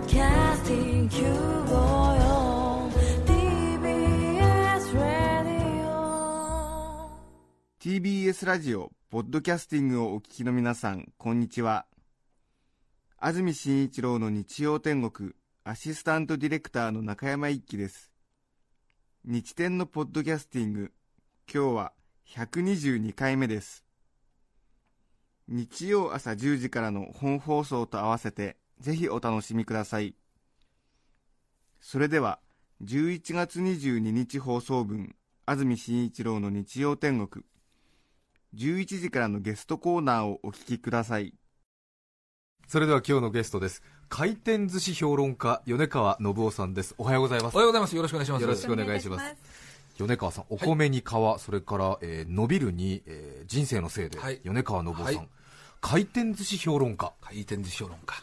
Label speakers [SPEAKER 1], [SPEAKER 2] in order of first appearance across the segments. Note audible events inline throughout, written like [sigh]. [SPEAKER 1] Podcasting QOL TBS Radio
[SPEAKER 2] TBS ラジオ、ポッドキャスティングをお聞きの皆さん、こんにちは。安住紳一郎の日曜天国、アシスタントディレクターの中山一輝です。日天のポッドキャスティング、今日は122回目です。日曜朝10時からの本放送と合わせて、ぜひお楽しみください。それでは、11月22日放送分、安住紳一郎の日曜天国、11時からのゲストコーナーをお聞きください。
[SPEAKER 3] それでは今日のゲストです回転寿司評論家米川信夫さんですおはようございます
[SPEAKER 4] おはようございます。よろしくお願いします。
[SPEAKER 3] よろしくお願いします米川さんお米に皮、それから、えー伸びるに、えー人生のせいで、
[SPEAKER 4] はい
[SPEAKER 3] 米川信夫さん、
[SPEAKER 4] はい
[SPEAKER 3] 回転寿司評論家
[SPEAKER 4] 回転寿司評論家。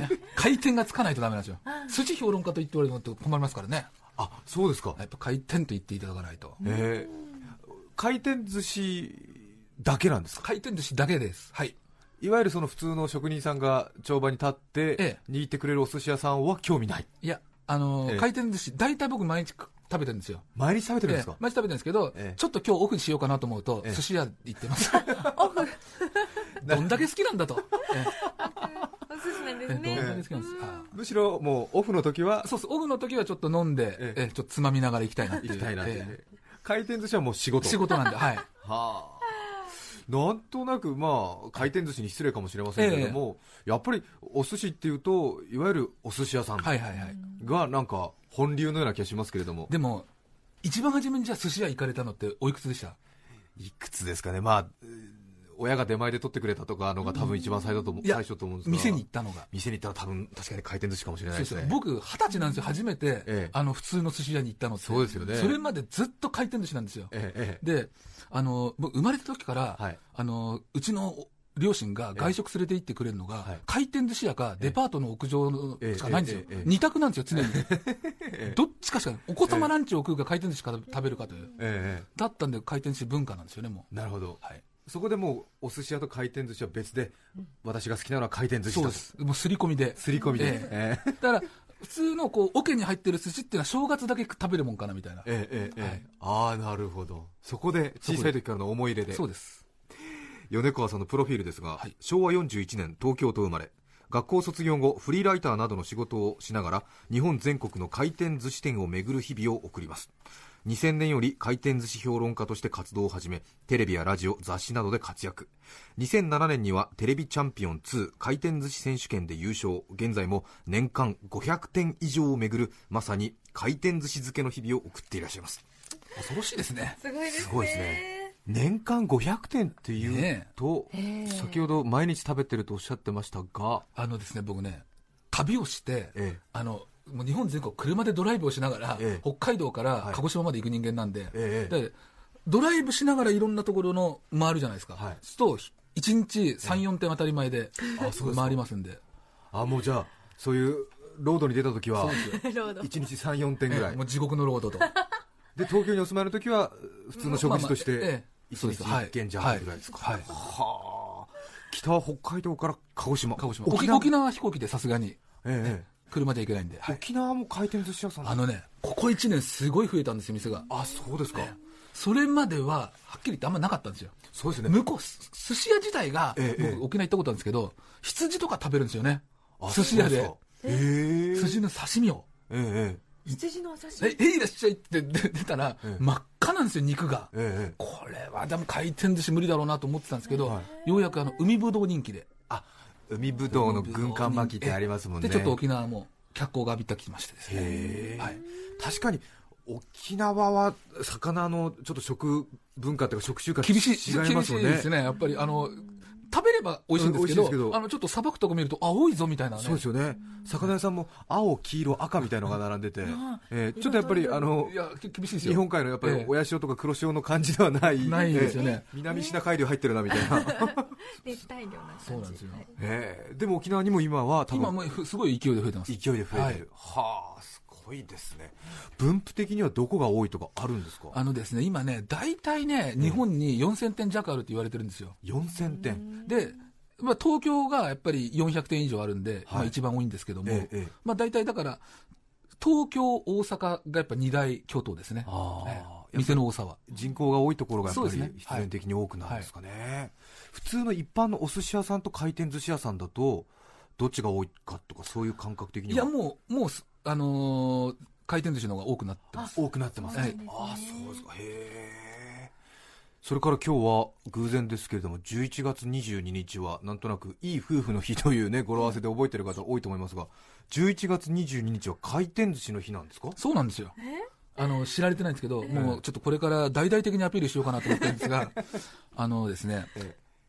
[SPEAKER 4] ね回転がつかないとダメなんですよ。寿司評論家と言っておられるのって困りますからね。
[SPEAKER 3] あそうですか、
[SPEAKER 4] やっぱ回転と言っていただかないと。
[SPEAKER 3] えー回転寿司だけなんですか
[SPEAKER 4] 回転寿司だけです。はい。
[SPEAKER 3] いわゆるその普通の職人さんが帳場に立って、
[SPEAKER 4] え
[SPEAKER 3] 握ってくれるお寿司屋さんは興味ない
[SPEAKER 4] いや、あのー
[SPEAKER 3] ええ
[SPEAKER 4] 回転寿司、大体僕毎日食べてるんですよ。
[SPEAKER 3] 毎日食べてるんです
[SPEAKER 4] え
[SPEAKER 3] か
[SPEAKER 4] え、毎日食べてるんですけど、
[SPEAKER 3] ええ
[SPEAKER 4] ちょっと今日オフにしようかなと思うと、
[SPEAKER 3] ええ
[SPEAKER 4] 寿司屋行ってます。 [laughs] どんだけ好きなんだと。え
[SPEAKER 5] おすすめで
[SPEAKER 4] え
[SPEAKER 5] す
[SPEAKER 4] どんだ
[SPEAKER 5] [laughs] ね。
[SPEAKER 4] け好きなんですか。
[SPEAKER 3] むしろもうオフの時は
[SPEAKER 4] そうそう、オフの時はちょっと飲んで、
[SPEAKER 3] え
[SPEAKER 4] え
[SPEAKER 3] え
[SPEAKER 4] えちょっとつまみながら行きたいなっていう。
[SPEAKER 3] 行きたいなって、
[SPEAKER 4] え
[SPEAKER 3] 回転寿司はもう仕
[SPEAKER 4] え
[SPEAKER 3] 事
[SPEAKER 4] 仕事なんで、はい。
[SPEAKER 3] はあ。なんとなく、まあ、回転寿司に失礼かもしれませんけれども、やっぱりお寿司っていうと、いわゆるお寿司屋さん
[SPEAKER 4] はいはいはい。
[SPEAKER 3] がなんか本流のような気がしますけれども、
[SPEAKER 4] でも、一番初めにじゃあ寿司屋行かれたのっておいくつでした
[SPEAKER 3] いくつですかね、まあ、えー親が出前で取ってくれたとかのが多分一番最初だと思う
[SPEAKER 4] いや
[SPEAKER 3] 最初と思うんですが
[SPEAKER 4] 店に行ったのが。
[SPEAKER 3] 店に行ったら多分確かに回転寿司かもしれない
[SPEAKER 4] そう
[SPEAKER 3] です
[SPEAKER 4] そう
[SPEAKER 3] ね。
[SPEAKER 4] 僕、二十歳なんですよ、初めて、
[SPEAKER 3] ええ
[SPEAKER 4] あの普通の寿司屋に行ったのって
[SPEAKER 3] そうですよね
[SPEAKER 4] それまでずっと回転寿司なんですよ、
[SPEAKER 3] えええ
[SPEAKER 4] であの僕、生まれた時から、
[SPEAKER 3] えはい。
[SPEAKER 4] あのうちの両親が外食連れて行ってくれるのが、
[SPEAKER 3] ええはい
[SPEAKER 4] 回転寿司屋か、デパートの屋上の
[SPEAKER 3] ええ
[SPEAKER 4] しかないんですよ、
[SPEAKER 3] ええええ
[SPEAKER 4] 二択なんですよ、常に、
[SPEAKER 3] ええ
[SPEAKER 4] どっちかしかない、お子様ランチを食うか、回転寿司から食べるかという、
[SPEAKER 3] えええ
[SPEAKER 4] だったんで、回転寿司文化なんですよね、も
[SPEAKER 3] えなるほど
[SPEAKER 4] う。。はい
[SPEAKER 3] そこでもう、お寿司屋と回転寿司は別で、私が好きなのは回転寿司
[SPEAKER 4] そう
[SPEAKER 3] だ
[SPEAKER 4] で
[SPEAKER 3] と。
[SPEAKER 4] す、もう刷り込みで、
[SPEAKER 3] すり込みで。
[SPEAKER 4] え
[SPEAKER 3] ええ
[SPEAKER 4] だから、普通のこう、桶に入ってる寿司っていうのは正月だけ食べるもんかなみたいな。
[SPEAKER 3] ええええ、
[SPEAKER 4] はい
[SPEAKER 3] ええああなるほどそこで小さい時からの思い入れで
[SPEAKER 4] そうです。
[SPEAKER 3] 米川さんのプロフィールですが、
[SPEAKER 4] はい
[SPEAKER 3] 昭和41年東京都生まれ学校卒業後フリーライターなどの仕事をしながら日本全国の回転寿司店を巡る日々を送ります2000年より回転寿司評論家として活動を始めテレビやラジオ雑誌などで活躍2007年にはテレビチャンピオン2回転寿司選手権で優勝現在も年間500点以上を巡るまさに回転寿司漬けの日々を送っていらっしゃいます
[SPEAKER 4] 恐ろしいですね。
[SPEAKER 5] すごいですね。
[SPEAKER 3] すごいですね年間500点っていう
[SPEAKER 4] ねえ
[SPEAKER 3] と、
[SPEAKER 5] え
[SPEAKER 3] 先ほど毎日食べてるとおっしゃってましたが、
[SPEAKER 4] あのですね、僕ね、旅をして、
[SPEAKER 3] ええ
[SPEAKER 4] あの、もう日本全国車でドライブをしながら、
[SPEAKER 3] ええ
[SPEAKER 4] 北海道から
[SPEAKER 3] はい
[SPEAKER 4] 鹿児島まで行く人間なんで、
[SPEAKER 3] ええ
[SPEAKER 4] でドライブしながらいろんなところの回るじゃないですか。
[SPEAKER 3] はい
[SPEAKER 4] そうすると、1日3、4点当たり前で、回りますんで。
[SPEAKER 3] あもうじゃあ、そういうロードに出た時は、
[SPEAKER 5] ロード。
[SPEAKER 3] 1日3、4点ぐら
[SPEAKER 4] え
[SPEAKER 3] い、
[SPEAKER 4] えもう地獄のロードと。
[SPEAKER 3] で東京にお住まいの時は、普通の食事とし
[SPEAKER 4] まあまあえ
[SPEAKER 3] て
[SPEAKER 4] え、
[SPEAKER 3] 1日1件じゃ
[SPEAKER 4] は
[SPEAKER 3] ないいぐらいですか、
[SPEAKER 4] はい。
[SPEAKER 3] はあ、北は北海道から鹿児島、
[SPEAKER 4] 鹿児島。
[SPEAKER 3] [laughs] 沖
[SPEAKER 4] 沖
[SPEAKER 3] 縄
[SPEAKER 4] 縄沖縄飛行機でさすがに、
[SPEAKER 3] ええ
[SPEAKER 4] 車で行けないんで。
[SPEAKER 3] ええ沖縄も回転寿司屋さん
[SPEAKER 4] あのね、ここ1年すごい増えたんですよ、店が。
[SPEAKER 3] あそうですか、
[SPEAKER 4] それまでは、はっきり言ってあんまなかったんですよ。
[SPEAKER 3] そうですね、
[SPEAKER 4] 向こう、す寿司屋自体が、
[SPEAKER 3] ええええ
[SPEAKER 4] 僕、沖縄行ったことあるんですけど、羊とか食べるんですよね
[SPEAKER 3] あ。
[SPEAKER 4] 寿司屋で。、
[SPEAKER 3] そうですか
[SPEAKER 4] 寿司の刺身を。
[SPEAKER 3] えええ
[SPEAKER 5] 羊のお刺
[SPEAKER 4] え
[SPEAKER 5] 身。、
[SPEAKER 4] えいらっしゃいって出出たら、
[SPEAKER 3] ええ
[SPEAKER 4] 真っ赤なんですよ、肉が。
[SPEAKER 3] えええええ
[SPEAKER 4] これは、でも回転寿司無理だろうなと思ってたんですけど、
[SPEAKER 3] は
[SPEAKER 4] ようやくあの、海ぶどう人気で。
[SPEAKER 3] あ海ぶどうの軍艦巻きってありますもんね
[SPEAKER 4] で、ちょっと沖縄も脚光が浴びたきましてです
[SPEAKER 3] へ
[SPEAKER 4] ね。
[SPEAKER 3] ー
[SPEAKER 4] はい。
[SPEAKER 3] 確かに沖縄は魚のちょっと食文化というか食習慣
[SPEAKER 4] 厳しい、
[SPEAKER 3] 違い
[SPEAKER 4] 厳
[SPEAKER 3] ま
[SPEAKER 4] し
[SPEAKER 3] すも
[SPEAKER 4] い
[SPEAKER 3] んね
[SPEAKER 4] ですね。やっぱり、あの、食べれば美味しいんですけ
[SPEAKER 3] うん美味しいですけ
[SPEAKER 4] ど、
[SPEAKER 3] ど
[SPEAKER 4] あの、ちょっとさばくとこ見ると、あ、多いぞみたいなね。
[SPEAKER 3] そうですよね魚屋さんも青黄色赤みたいのが並んでて、えーちょっとやっぱりあの
[SPEAKER 4] いや、き厳しいですよ。
[SPEAKER 3] 日本海のやっぱ
[SPEAKER 4] え
[SPEAKER 3] り
[SPEAKER 4] え
[SPEAKER 3] 親潮とか黒潮の感じではない
[SPEAKER 4] ないですよね
[SPEAKER 3] えー南シナ海流入ってるなみたい
[SPEAKER 4] [laughs]
[SPEAKER 3] な、
[SPEAKER 5] 熱帯魚な感じ。
[SPEAKER 4] そうなんですよ
[SPEAKER 5] はい
[SPEAKER 3] えーでも沖縄にも今は多
[SPEAKER 4] 今
[SPEAKER 3] 分
[SPEAKER 4] もうふすごい勢いで増えてます。
[SPEAKER 3] 勢いで増えてる、
[SPEAKER 4] はい
[SPEAKER 3] はあすごいですね分布的にはどこが多いとかあるんですか
[SPEAKER 4] あのですね、今ね、大体ね、日本に4000点弱あるって言われてるんですよ。
[SPEAKER 3] 4000点
[SPEAKER 4] で、まあ、東京がやっぱり400店以上あるんで、
[SPEAKER 3] はい
[SPEAKER 4] まあ、一番多いんですけども、
[SPEAKER 3] ええええ
[SPEAKER 4] まあ、大体だから、東京、大阪がやっぱ二大巨頭ですね、
[SPEAKER 3] あー
[SPEAKER 4] ええ
[SPEAKER 3] やっぱり
[SPEAKER 4] 店の多さは。
[SPEAKER 3] 人口が多いところがやっぱ
[SPEAKER 4] そうです
[SPEAKER 3] り
[SPEAKER 4] ね
[SPEAKER 3] 必然的に多くなるんですかね、普通の一般のお寿司屋さんと回転寿司屋さんだとどっちが多いかとかそういう感覚的にはい
[SPEAKER 4] や、もう、もうす、あのー回転寿司の方が多くなってます。
[SPEAKER 3] 多くなってますね、
[SPEAKER 4] はい
[SPEAKER 3] ああそうですかへえそれから今日は偶然ですけれども11月22日はなんとなくいい夫婦の日というね語呂合わせで覚えてる方多いと思いますが11月22日は回転寿司の日なんですか
[SPEAKER 4] そうなんですよ。あの、知られてないんですけど、もうちょっとこれから大々的にアピールしようかなと思ってるんですが、 [laughs] あのですね、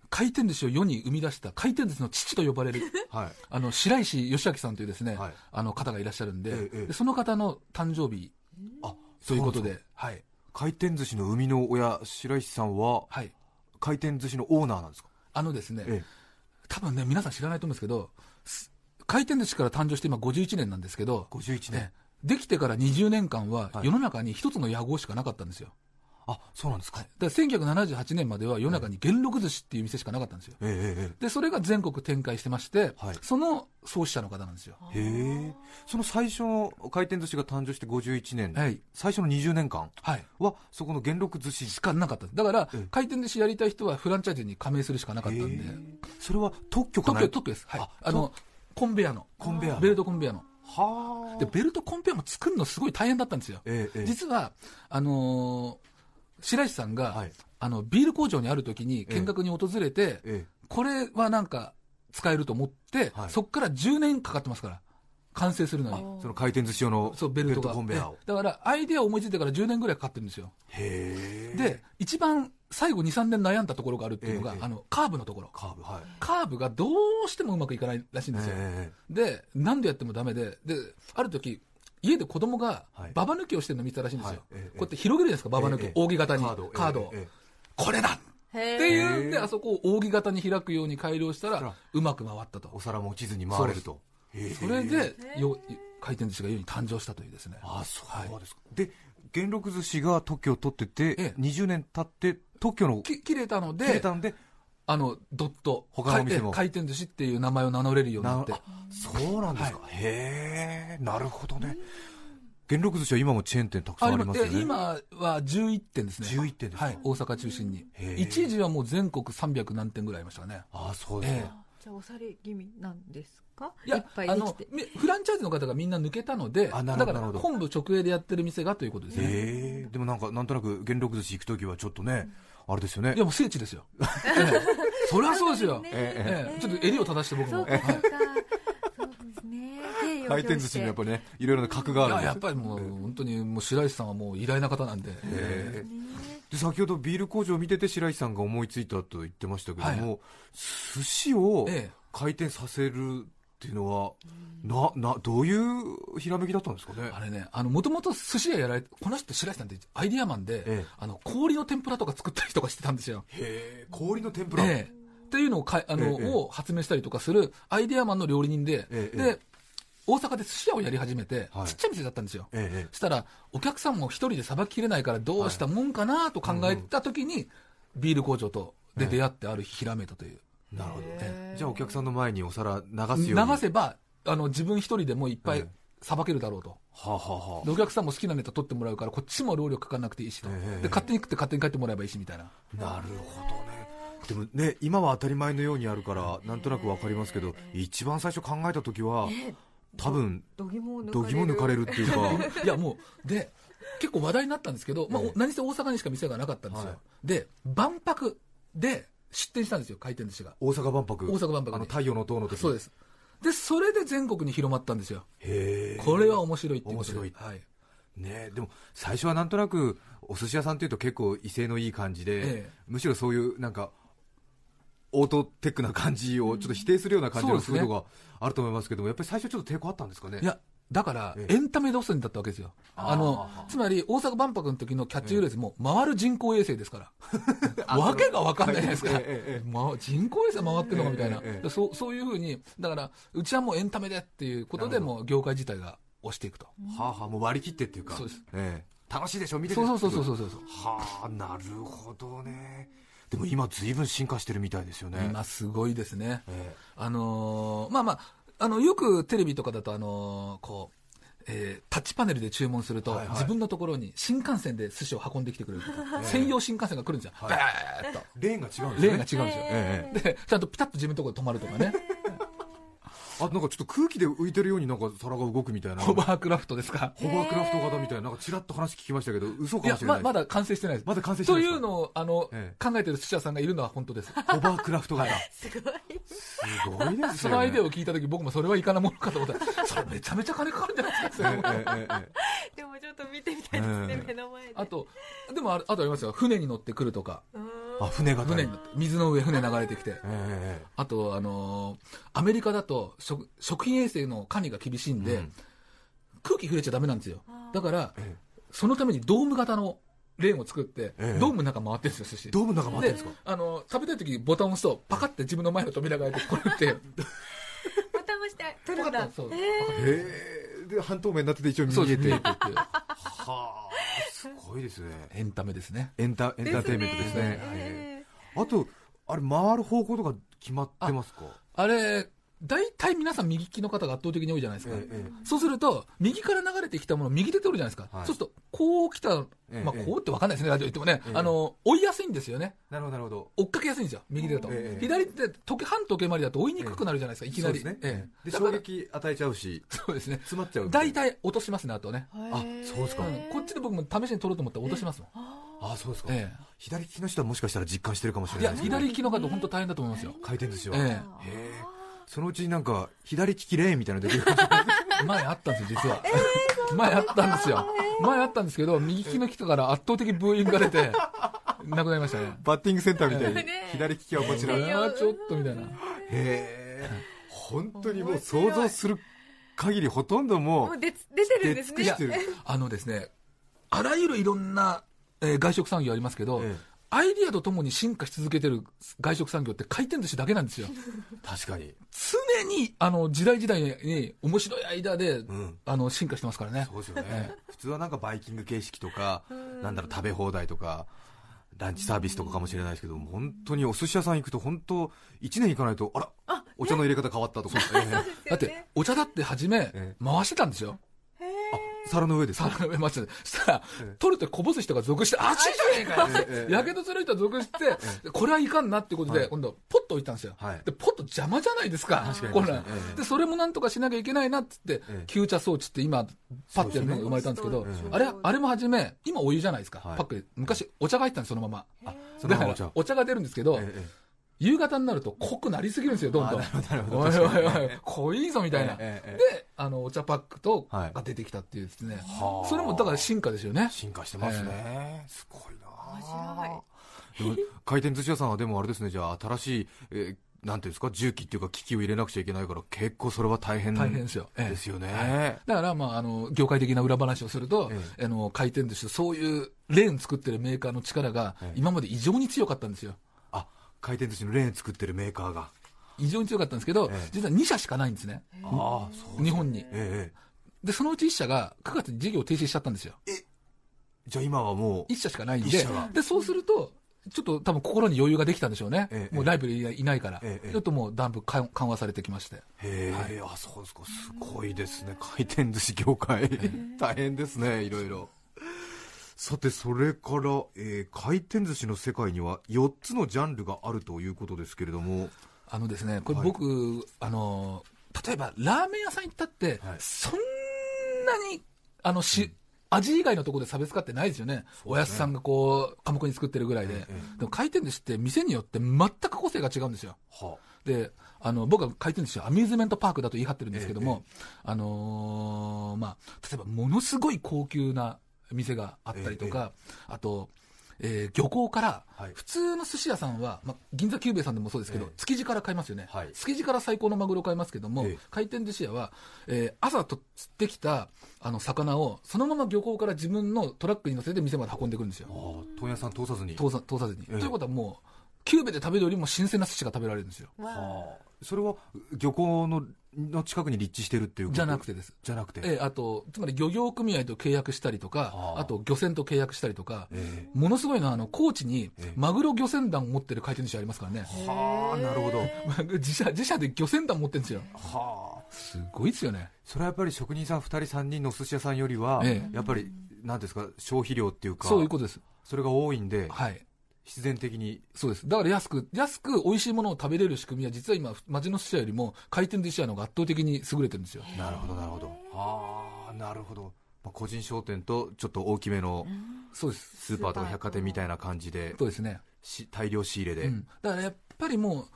[SPEAKER 4] 回転寿司を世に生み出した回転寿司の父と呼ばれる、
[SPEAKER 3] はい
[SPEAKER 4] [laughs] あの、白石義明さんというですね、
[SPEAKER 3] はい
[SPEAKER 4] あの方がいらっしゃるんで、
[SPEAKER 3] ええええ
[SPEAKER 4] でその方の誕生日
[SPEAKER 3] あ
[SPEAKER 4] ということで、
[SPEAKER 3] そはい回転寿司の生みの親白石さんは
[SPEAKER 4] はい。
[SPEAKER 3] 回転寿司のオーナーなんですか、
[SPEAKER 4] あのですね、
[SPEAKER 3] ええ
[SPEAKER 4] 多分ね、皆さん知らないと思うんですけど、す回転寿司から誕生して今51年なんですけど、
[SPEAKER 3] 51年、
[SPEAKER 4] ね、できてから20年間は
[SPEAKER 3] はい
[SPEAKER 4] 世の中に一つの屋号しかなかったんですよ。
[SPEAKER 3] あそうなんですか、
[SPEAKER 4] だから1978年までは世の中に元禄寿司っていう店しかなかったんですよ。
[SPEAKER 3] えええ
[SPEAKER 4] で、それが全国展開してまして、
[SPEAKER 3] はい
[SPEAKER 4] その創始者の方なんですよ。
[SPEAKER 3] えええへえその最初の回転寿司が誕生して51年、
[SPEAKER 4] はい。
[SPEAKER 3] 最初の20年間
[SPEAKER 4] はい。
[SPEAKER 3] はそこの元禄寿司
[SPEAKER 4] しかなかった。だから
[SPEAKER 3] ええ、
[SPEAKER 4] 回転寿司やりたい人はフランチャイズに加盟するしかなかったんで
[SPEAKER 3] へ。えそれは特許か
[SPEAKER 4] 特
[SPEAKER 3] な
[SPEAKER 4] 許、特許です。はい
[SPEAKER 3] あ。
[SPEAKER 4] あの、コンベアの。
[SPEAKER 3] コンベアの
[SPEAKER 4] ベルトコンベアの。
[SPEAKER 3] はあ
[SPEAKER 4] で、ベルトコンベアも作るのすごい大変だったんですよ。
[SPEAKER 3] ええええ
[SPEAKER 4] 実は、あのー白石さんが、
[SPEAKER 3] はい
[SPEAKER 4] あの、ビール工場にある時に見学に訪れて、
[SPEAKER 3] ええ
[SPEAKER 4] これはなんか使えると思って、
[SPEAKER 3] はい
[SPEAKER 4] そっから10年かかってますから、完成するのに。
[SPEAKER 5] あ
[SPEAKER 3] その回転寿司用の
[SPEAKER 4] そう、ベルトが。
[SPEAKER 3] コンベアを
[SPEAKER 4] ええだから、アイデアを思いついてから10年ぐらいかかってるんですよ。
[SPEAKER 3] へえ
[SPEAKER 4] で、一番最後2、3年悩んだところがあるっていうのが、
[SPEAKER 3] ええ
[SPEAKER 4] あの、カーブのところ。
[SPEAKER 3] カーブはい
[SPEAKER 4] カーブがどうしてもうまくいかないらしいんですよ。
[SPEAKER 3] え
[SPEAKER 4] で、何度やってもダメで、で、ある時、家で子供が
[SPEAKER 3] はい、
[SPEAKER 4] ババ抜きをしてるの見てたらしいんですよ。
[SPEAKER 3] はいええええ
[SPEAKER 4] こうやって広げるじゃないですか、ババ抜
[SPEAKER 3] え
[SPEAKER 4] き、
[SPEAKER 3] え
[SPEAKER 4] 扇形
[SPEAKER 3] え
[SPEAKER 4] に、
[SPEAKER 3] カ
[SPEAKER 4] カ
[SPEAKER 3] ー
[SPEAKER 4] ー
[SPEAKER 3] ドえ
[SPEAKER 4] ド
[SPEAKER 3] ええ
[SPEAKER 4] を。
[SPEAKER 3] え
[SPEAKER 4] これだって
[SPEAKER 5] へえ。
[SPEAKER 4] い
[SPEAKER 3] へ
[SPEAKER 4] う
[SPEAKER 3] え
[SPEAKER 4] で、あそこを扇形に開くように改良した
[SPEAKER 3] そしたら
[SPEAKER 4] ら、うまく回ったと
[SPEAKER 3] お。皿も落ちずに回れるとへえ
[SPEAKER 4] それで、よ回転寿司が世に誕生したというですね。
[SPEAKER 3] あそうですか、で元禄寿司が特許を取ってて、
[SPEAKER 4] ええ
[SPEAKER 3] 20年経って特許の切
[SPEAKER 4] き切れたので、
[SPEAKER 3] れたんで
[SPEAKER 4] あの、ドット、
[SPEAKER 3] 他のお店も
[SPEAKER 4] 回転回転寿司っていう名前を名乗れるようにな
[SPEAKER 3] な
[SPEAKER 4] って
[SPEAKER 3] あ。そうなんですか、へえなるほどね元禄寿司は今もチェーン店たくさんありますよね
[SPEAKER 4] で今は11点ですね。
[SPEAKER 3] 11店ですか
[SPEAKER 4] はい、大阪中心に
[SPEAKER 3] へ。え
[SPEAKER 4] 一時はもう全国300何点ぐらいありましたね。
[SPEAKER 3] あそうですね、
[SPEAKER 5] じゃあ、おされ気味なんですか
[SPEAKER 4] い
[SPEAKER 5] いっ
[SPEAKER 4] や、
[SPEAKER 5] ぱ
[SPEAKER 4] あ
[SPEAKER 5] いでき
[SPEAKER 4] の
[SPEAKER 5] て、。
[SPEAKER 4] みフランチャイズの方がみんな抜けたので、
[SPEAKER 3] あ
[SPEAKER 4] だ
[SPEAKER 3] なるほど
[SPEAKER 4] から
[SPEAKER 3] なるほど
[SPEAKER 4] 本部直営でやってる店がということですね。
[SPEAKER 3] へえでもなんかなんとなく元禄寿司行く時はちょっとね、あれですよね
[SPEAKER 4] いや、もう聖地で
[SPEAKER 3] [laughs]
[SPEAKER 4] すよ。ええそりゃそうですよ。
[SPEAKER 5] ね
[SPEAKER 4] ええちょっと襟を正して僕
[SPEAKER 5] そ
[SPEAKER 4] も。
[SPEAKER 5] う
[SPEAKER 4] は
[SPEAKER 5] か、
[SPEAKER 4] い
[SPEAKER 5] そうか。そうですね。敬意を表して
[SPEAKER 3] 回転寿司にやっぱりねいろいろな格が
[SPEAKER 4] い
[SPEAKER 3] あるん
[SPEAKER 4] や
[SPEAKER 3] です
[SPEAKER 4] やっぱりもう、本当にもう白石さんはもう偉大な方なんで、
[SPEAKER 3] へえ
[SPEAKER 5] ね
[SPEAKER 3] で先ほどビール工場を見てて白石さんが思いついたと言ってましたけども、
[SPEAKER 4] は
[SPEAKER 3] 寿司を
[SPEAKER 4] ええ
[SPEAKER 3] 回転させるっていうのは、ななどういうひらめきだったんですかね
[SPEAKER 4] あれね、あの、もともと寿司屋やられて、この人白石さんってアイディアマンで、
[SPEAKER 3] ええ
[SPEAKER 4] あの、氷の天ぷらとか作ったりとかしてたんですよ。
[SPEAKER 3] へえ氷の天ぷら、
[SPEAKER 4] ええっていうのをかいあの、
[SPEAKER 3] ええ
[SPEAKER 4] を発明したりとかするアイディアマンの料理人で、
[SPEAKER 3] ええ
[SPEAKER 4] で、大阪で寿司屋をやり始めて、
[SPEAKER 3] はい
[SPEAKER 4] ちっちゃい店だったんですよ。
[SPEAKER 3] ええええ
[SPEAKER 4] したら、お客さんも一人でさばききれないからどうしたもんかなと考えた時に、ビール工場とで出会ってある日ひらめいたという。
[SPEAKER 3] なるほど、
[SPEAKER 4] え
[SPEAKER 3] じゃあお客さんの前にお皿流す
[SPEAKER 4] 流
[SPEAKER 3] ように
[SPEAKER 4] せば、あの、自分一人でもういっぱ
[SPEAKER 3] え
[SPEAKER 4] い
[SPEAKER 3] え
[SPEAKER 4] さばけるだろうと。
[SPEAKER 3] はあ、はあは
[SPEAKER 4] でお客さんも好きなネタ取ってもらうから、こっちも労力かかんなくていいしと、
[SPEAKER 3] ええ
[SPEAKER 4] で勝手に食って勝手に帰ってもらえばいいしみたいな、
[SPEAKER 3] あ、なるほどねでもね今は当たり前のようにあるからなんとなくわかりますけど一番最初考えた時は多分
[SPEAKER 5] 度肝を抜か
[SPEAKER 3] 度
[SPEAKER 5] れる。
[SPEAKER 3] 肝抜かれるっていうか
[SPEAKER 4] [laughs] いやもう、で、結構話題になったんですけど、まあ
[SPEAKER 3] ええ、
[SPEAKER 4] 何せ大阪にしか店がなかったんですよ、
[SPEAKER 3] はい
[SPEAKER 4] で、万博で出店したんですよ、回転寿司が、
[SPEAKER 3] 大阪万博
[SPEAKER 4] 大阪万博に
[SPEAKER 3] あの太陽の塔の時
[SPEAKER 4] そうですす、で、それで全国に広まったんですよ、
[SPEAKER 3] へえ
[SPEAKER 4] これは面白いっていうことで、
[SPEAKER 3] 面白い
[SPEAKER 4] はい、
[SPEAKER 3] ねえでも最初はなんとなくお寿司屋さんというと結構威勢のいい感じで、
[SPEAKER 4] ええ
[SPEAKER 3] むしろそういうなんかオートテックな感じをちょっと否定するような感じ
[SPEAKER 4] そ
[SPEAKER 3] の
[SPEAKER 4] うです
[SPEAKER 3] 風
[SPEAKER 4] ね
[SPEAKER 3] 土があると思いますけども、やっぱり最初ちょっと抵抗あったんですかね
[SPEAKER 4] いや、だから、
[SPEAKER 3] ええ
[SPEAKER 4] エンタメ路線だったわけですよ、あのつまり大阪万博の時のキャッチフレーズも、回る人工衛星ですから、わけが分かんないじゃないですか、
[SPEAKER 3] えええ
[SPEAKER 4] まあ人工衛星回ってるのかみたいな、
[SPEAKER 3] ええええ
[SPEAKER 4] そうそういうふうに、だから、うちはもうエンタメでっていうことで、
[SPEAKER 3] なるほ
[SPEAKER 4] もう業界自体が押していくと、
[SPEAKER 3] はあはあもう割り切ってっていうか
[SPEAKER 4] そうです
[SPEAKER 3] ええ楽しいでしょ見てて
[SPEAKER 4] そうそうそうそうそうそう、
[SPEAKER 3] はあなるほどねでも今ずいぶん進化してるみたいですよね
[SPEAKER 4] 今すごいですね。
[SPEAKER 3] え
[SPEAKER 4] あのーまあまあ、あの、よくテレビとかだと、あのーこう、えータッチパネルで注文すると、
[SPEAKER 3] はいはい
[SPEAKER 4] 自分のところに新幹線で寿司を運んできてくれると
[SPEAKER 3] [laughs]
[SPEAKER 4] か、専用新幹線が来るんですよ。
[SPEAKER 3] はい
[SPEAKER 4] バーッと。
[SPEAKER 3] えレーンが違うんです
[SPEAKER 4] レー
[SPEAKER 3] ね
[SPEAKER 4] ンが違うんですよ。
[SPEAKER 3] ええ
[SPEAKER 4] で、ちゃんとピタッと自分のところで止まるとかね。
[SPEAKER 3] [laughs] あなんかちょっと空気で浮いてるようになんか皿が動くみたいな
[SPEAKER 4] ホバークラフトですか。
[SPEAKER 3] ホバークラフト型みたいな、なんかちらっと話聞きましたけど、嘘
[SPEAKER 4] い
[SPEAKER 3] かも
[SPEAKER 4] や
[SPEAKER 3] しれない
[SPEAKER 4] ま、まだ完成してないです。
[SPEAKER 3] まだ完成してないです
[SPEAKER 4] と
[SPEAKER 3] か
[SPEAKER 4] いうのを、あの、
[SPEAKER 3] え
[SPEAKER 4] 考えてる寿司屋さんがいるのは本当
[SPEAKER 3] [laughs]
[SPEAKER 4] です。
[SPEAKER 3] ホバークラフト
[SPEAKER 4] [laughs]
[SPEAKER 3] 型。
[SPEAKER 5] すごい。 [laughs]
[SPEAKER 3] すごいですよ、ね。
[SPEAKER 4] そのアイデアを聞いたとき、僕もそれはいかなものかと思ったら、それめちゃめちゃ金かかるんじゃないです
[SPEAKER 3] え
[SPEAKER 4] か、それ
[SPEAKER 3] ええええ
[SPEAKER 5] でもちょっと見てみたいです
[SPEAKER 3] え
[SPEAKER 5] ね
[SPEAKER 3] え、
[SPEAKER 5] 目の前で。
[SPEAKER 4] [laughs] あ、と、でもあれあとありますよ、船に乗ってくるとか、
[SPEAKER 5] うーん
[SPEAKER 3] えあ、船型
[SPEAKER 4] 船
[SPEAKER 3] に
[SPEAKER 4] に乗って、水の上、船流れてきて、
[SPEAKER 3] ええ
[SPEAKER 4] あと、あのーアメリカだと食、食品衛生の管理が厳しいんで、
[SPEAKER 3] うん
[SPEAKER 4] 空気触れちゃダメなんですよ
[SPEAKER 5] あ。ー
[SPEAKER 4] だから
[SPEAKER 3] ええ、
[SPEAKER 4] そのためにドーム型のレーンを作って、
[SPEAKER 3] ええ
[SPEAKER 4] ドームの中回ってるんですよ、寿司。
[SPEAKER 3] ドームの中回ってるんですか
[SPEAKER 4] あの食べたい時にボタンを押すとパカって自分の前の扉が開いてこれ
[SPEAKER 3] [laughs]
[SPEAKER 4] って
[SPEAKER 5] ボタン押して撮るん
[SPEAKER 4] パカッ
[SPEAKER 5] だ
[SPEAKER 4] と。そう
[SPEAKER 5] え
[SPEAKER 3] ええで、半透明になってて一応見
[SPEAKER 4] そう
[SPEAKER 3] え
[SPEAKER 4] です
[SPEAKER 3] て。
[SPEAKER 4] ね
[SPEAKER 3] はあ、すごいですね。
[SPEAKER 4] エンタメですね
[SPEAKER 3] エンタ、エン
[SPEAKER 5] え
[SPEAKER 3] ターテインメントですね。
[SPEAKER 5] え
[SPEAKER 3] ええあと、あれ、回る方向とか決まってますか
[SPEAKER 4] あれ大体皆さん右利きの方が圧倒的に多いじゃないですか、
[SPEAKER 3] ええ
[SPEAKER 4] そうすると右から流れてきたものを右で取るじゃないですか、
[SPEAKER 3] はい
[SPEAKER 4] そうするとこう来た、
[SPEAKER 3] ええ
[SPEAKER 4] まあ、こうって分かんないですねラジオ言ってもね、
[SPEAKER 3] ええ
[SPEAKER 4] あの追いやすいんですよね
[SPEAKER 3] なるほど、なるほど。
[SPEAKER 4] 追っかけやすいんですよ右だと、
[SPEAKER 3] ええ
[SPEAKER 4] 左って時半時計回りだと追いにくくなるじゃないですか、いきなり
[SPEAKER 3] そうですね
[SPEAKER 4] え。え
[SPEAKER 3] で、
[SPEAKER 4] だか
[SPEAKER 3] 衝
[SPEAKER 4] ら
[SPEAKER 3] 撃与えちゃうし、
[SPEAKER 4] [laughs] そうですね
[SPEAKER 3] 詰まっちゃう。
[SPEAKER 4] 大。体落としますねあとね、
[SPEAKER 5] ー
[SPEAKER 3] あそうですか
[SPEAKER 4] うんこっちで僕も試しに取ろうと思ったら落としますもん、
[SPEAKER 3] あ、そうですか。
[SPEAKER 4] え
[SPEAKER 3] 左利きの人はもしかしたら実感してるかもし
[SPEAKER 4] え、い
[SPEAKER 3] れな
[SPEAKER 4] や
[SPEAKER 3] いですけど。
[SPEAKER 4] 左利きの方本当大変だと思いますよ
[SPEAKER 3] 回転寿司は。
[SPEAKER 4] え
[SPEAKER 3] へえそのうちになんか、左利きレーンみたいなのできるかもしれない
[SPEAKER 4] 前あったんですよ、実は。前あったんですよ。前あったんですけど、右利きの人から圧倒的ブーイングが出て、なくなりましたね。
[SPEAKER 3] バッティングセンターみたいに
[SPEAKER 5] ね、
[SPEAKER 3] 左利きはこちら。
[SPEAKER 4] こ
[SPEAKER 5] ね
[SPEAKER 3] へ
[SPEAKER 4] れはちょっとみたいな。
[SPEAKER 3] え。本当にもう想像する限りほとんども
[SPEAKER 5] もう
[SPEAKER 3] う、
[SPEAKER 5] 出つ出てるんですね。
[SPEAKER 3] 出尽くしてる。
[SPEAKER 4] あのですね、あらゆるいろんな、えー外食産業ありますけど、
[SPEAKER 3] ええ
[SPEAKER 4] アイディアとともに進化し続けてる外食産業って回転寿司だけなんですよ。
[SPEAKER 3] 確かに。
[SPEAKER 4] 常に、あの、時代時代に面白い間で、
[SPEAKER 3] ん
[SPEAKER 4] あの、進化してますからね
[SPEAKER 3] そ。うですよね。普通はなんかバイキング形式とか、なんだろう、食べ放題とか、ランチサービスとかかもしれないですけど、本当にお寿司屋さん行くと本当、1年行かないと、あら、お茶の入れ方変わったとか、ええ
[SPEAKER 4] だって、お茶だって初め
[SPEAKER 3] え、
[SPEAKER 4] 回してたんですよ。
[SPEAKER 3] あ皿の上
[SPEAKER 4] [laughs]
[SPEAKER 3] ですか
[SPEAKER 4] 皿の上待ってたしたら
[SPEAKER 3] ええ、
[SPEAKER 4] 取るとこぼす人が続して、あっちじゃねえかよ
[SPEAKER 3] ええええ
[SPEAKER 4] やけどする人が続して、これはいかんなってこと
[SPEAKER 3] は
[SPEAKER 4] で、
[SPEAKER 3] い
[SPEAKER 4] 今度、ポッと置いたんですよ
[SPEAKER 3] はい。
[SPEAKER 4] で、ポッと邪魔じゃないですか
[SPEAKER 3] 確か、に
[SPEAKER 4] こんなん
[SPEAKER 3] 確かにええ
[SPEAKER 4] で、それもなんとかしなきゃいけないなってって
[SPEAKER 3] ええ、
[SPEAKER 4] 吸茶装置って今、パッてやるのが生まれたんですけ
[SPEAKER 5] そ
[SPEAKER 4] ど
[SPEAKER 5] うですね、
[SPEAKER 4] あれ、あれも初め、今お湯じゃないですか、パ
[SPEAKER 3] はい
[SPEAKER 4] ックで。昔、お茶が入ってたんです、そのまま。
[SPEAKER 3] その
[SPEAKER 4] だ
[SPEAKER 3] ま
[SPEAKER 4] か
[SPEAKER 3] まお
[SPEAKER 4] ら
[SPEAKER 3] 茶、。
[SPEAKER 4] お茶が出るんですけど
[SPEAKER 3] え、え
[SPEAKER 4] 夕方になると濃くなりすぎるんですよ、どんどん。
[SPEAKER 3] なる [laughs] ほど
[SPEAKER 4] おい
[SPEAKER 3] 確か
[SPEAKER 4] おい
[SPEAKER 3] に
[SPEAKER 4] おい、濃いぞ、みたいな。
[SPEAKER 3] ええええ
[SPEAKER 4] で、あの、お茶パックと、
[SPEAKER 3] はい
[SPEAKER 4] が出てきたっていうですね。
[SPEAKER 3] はあ
[SPEAKER 4] それも、だから進化ですよね。
[SPEAKER 3] 進化してますね、すごいな
[SPEAKER 5] 面
[SPEAKER 3] 白いでも回転寿司屋さんはでもあれですねじゃあ新しい、えーなんていうんですか重機っていうか機器を入れなくちゃいけないから結構それは大変
[SPEAKER 4] 大変ですよええ
[SPEAKER 3] ですよね、
[SPEAKER 4] だから、まあ、あの、業界的な裏話をすると
[SPEAKER 3] え、
[SPEAKER 4] あの、回転寿司、そういうレーン作ってるメーカーの力が
[SPEAKER 3] ええ、
[SPEAKER 4] 今まで異常に強かったんですよ。
[SPEAKER 3] あ回転寿司のレーン作ってるメーカーが
[SPEAKER 4] 異常に強かったんですけど
[SPEAKER 3] ええ、
[SPEAKER 4] 実は2社しかないんですね。
[SPEAKER 3] ああそう
[SPEAKER 4] 日本に。
[SPEAKER 3] えええ
[SPEAKER 4] で、そのうち1社が9月に事業を停止しちゃったんですよ。
[SPEAKER 3] えじゃあ今はもう
[SPEAKER 4] 1社しかないん
[SPEAKER 3] 一
[SPEAKER 4] で
[SPEAKER 3] 社が、
[SPEAKER 4] で、そうすると、ちょっと多分心に余裕ができたんでしょうね
[SPEAKER 3] え。え
[SPEAKER 4] もうライブでいないから
[SPEAKER 3] ええ。
[SPEAKER 4] ちょっともうだいぶ緩緩和されてきまして。
[SPEAKER 3] へえ、あそうですかすごいですね回転寿司業界 [laughs] 大変ですねいろいろさてそれから、えー回転寿司の世界には4つのジャンルがあるということですけれども
[SPEAKER 4] あのですね、これ僕、あの、例えばラーメン屋さん行ったって、
[SPEAKER 3] はい
[SPEAKER 4] そんなに、あの、し、味以外のところで差別化ってないですよね。おやすさんがこう、科目に作ってるぐらいで。
[SPEAKER 3] え
[SPEAKER 4] でも回転寿司って店によって全く個性が違うんですよ。
[SPEAKER 3] は
[SPEAKER 4] で、あの、僕は回転寿司はアミューズメントパークだと言い張ってるんですけども、あのーまあ、例えばものすごい高級な店があったりとか、あと、えー漁港から
[SPEAKER 3] はい、
[SPEAKER 4] 普通の寿司屋さんは、まあ、銀座久兵衛さんでもそうですけど、
[SPEAKER 3] ええ
[SPEAKER 4] 築地から買いますよね、
[SPEAKER 3] はい
[SPEAKER 4] 築地から最高のマグロを買いますけども、
[SPEAKER 3] ええ
[SPEAKER 4] 回転寿司屋は、えー朝と釣ってきたあの魚を、そのまま漁港から自分のトラックに乗せて店まで運んでくるんですよ
[SPEAKER 3] あ、ああ問屋さん通さずに
[SPEAKER 4] 通さ通さずに。
[SPEAKER 3] ええ
[SPEAKER 4] ということはもう、キューベで食べるよりも新鮮な寿司が食べられるんですよ。
[SPEAKER 3] あーそれは漁港のの近くに立地してるっていうこと
[SPEAKER 4] じゃなくてです。
[SPEAKER 3] じゃなくて
[SPEAKER 4] ええ、あと、つまり漁業組合と契約したりとか
[SPEAKER 3] あ、ー
[SPEAKER 4] あと漁船と契約したりとか、
[SPEAKER 3] え
[SPEAKER 4] ものすごいのは、あの、高知に
[SPEAKER 3] ええ、
[SPEAKER 4] マグロ漁船団を持ってる回転寿司ありますからね。
[SPEAKER 3] えはあなるほど
[SPEAKER 4] [laughs] 自社、自社で漁船団持ってるんですよ。
[SPEAKER 3] はあ
[SPEAKER 4] すごいですよね。
[SPEAKER 3] それはやっぱり職人さん2人3人のお寿司屋さんよりは、
[SPEAKER 4] ええ
[SPEAKER 3] やっぱりなんですか消費量っていうか
[SPEAKER 4] そういうことです。
[SPEAKER 3] それが多いんで、
[SPEAKER 4] はい。
[SPEAKER 3] 必然的に
[SPEAKER 4] そうです。だから安く、安く美味しいものを食べれる仕組みは、実は今、町の寿司屋よりも、回転寿司屋の方が圧倒的に優れてるんですよ。
[SPEAKER 3] なるほどなるほどああなるほど、まあ、個人商店とちょっと大きめの
[SPEAKER 4] そうです。
[SPEAKER 3] スーパーとか百貨店みたいな感じで
[SPEAKER 4] そうですね。
[SPEAKER 3] し大量仕入れで、
[SPEAKER 4] うん。だからやっぱりもう、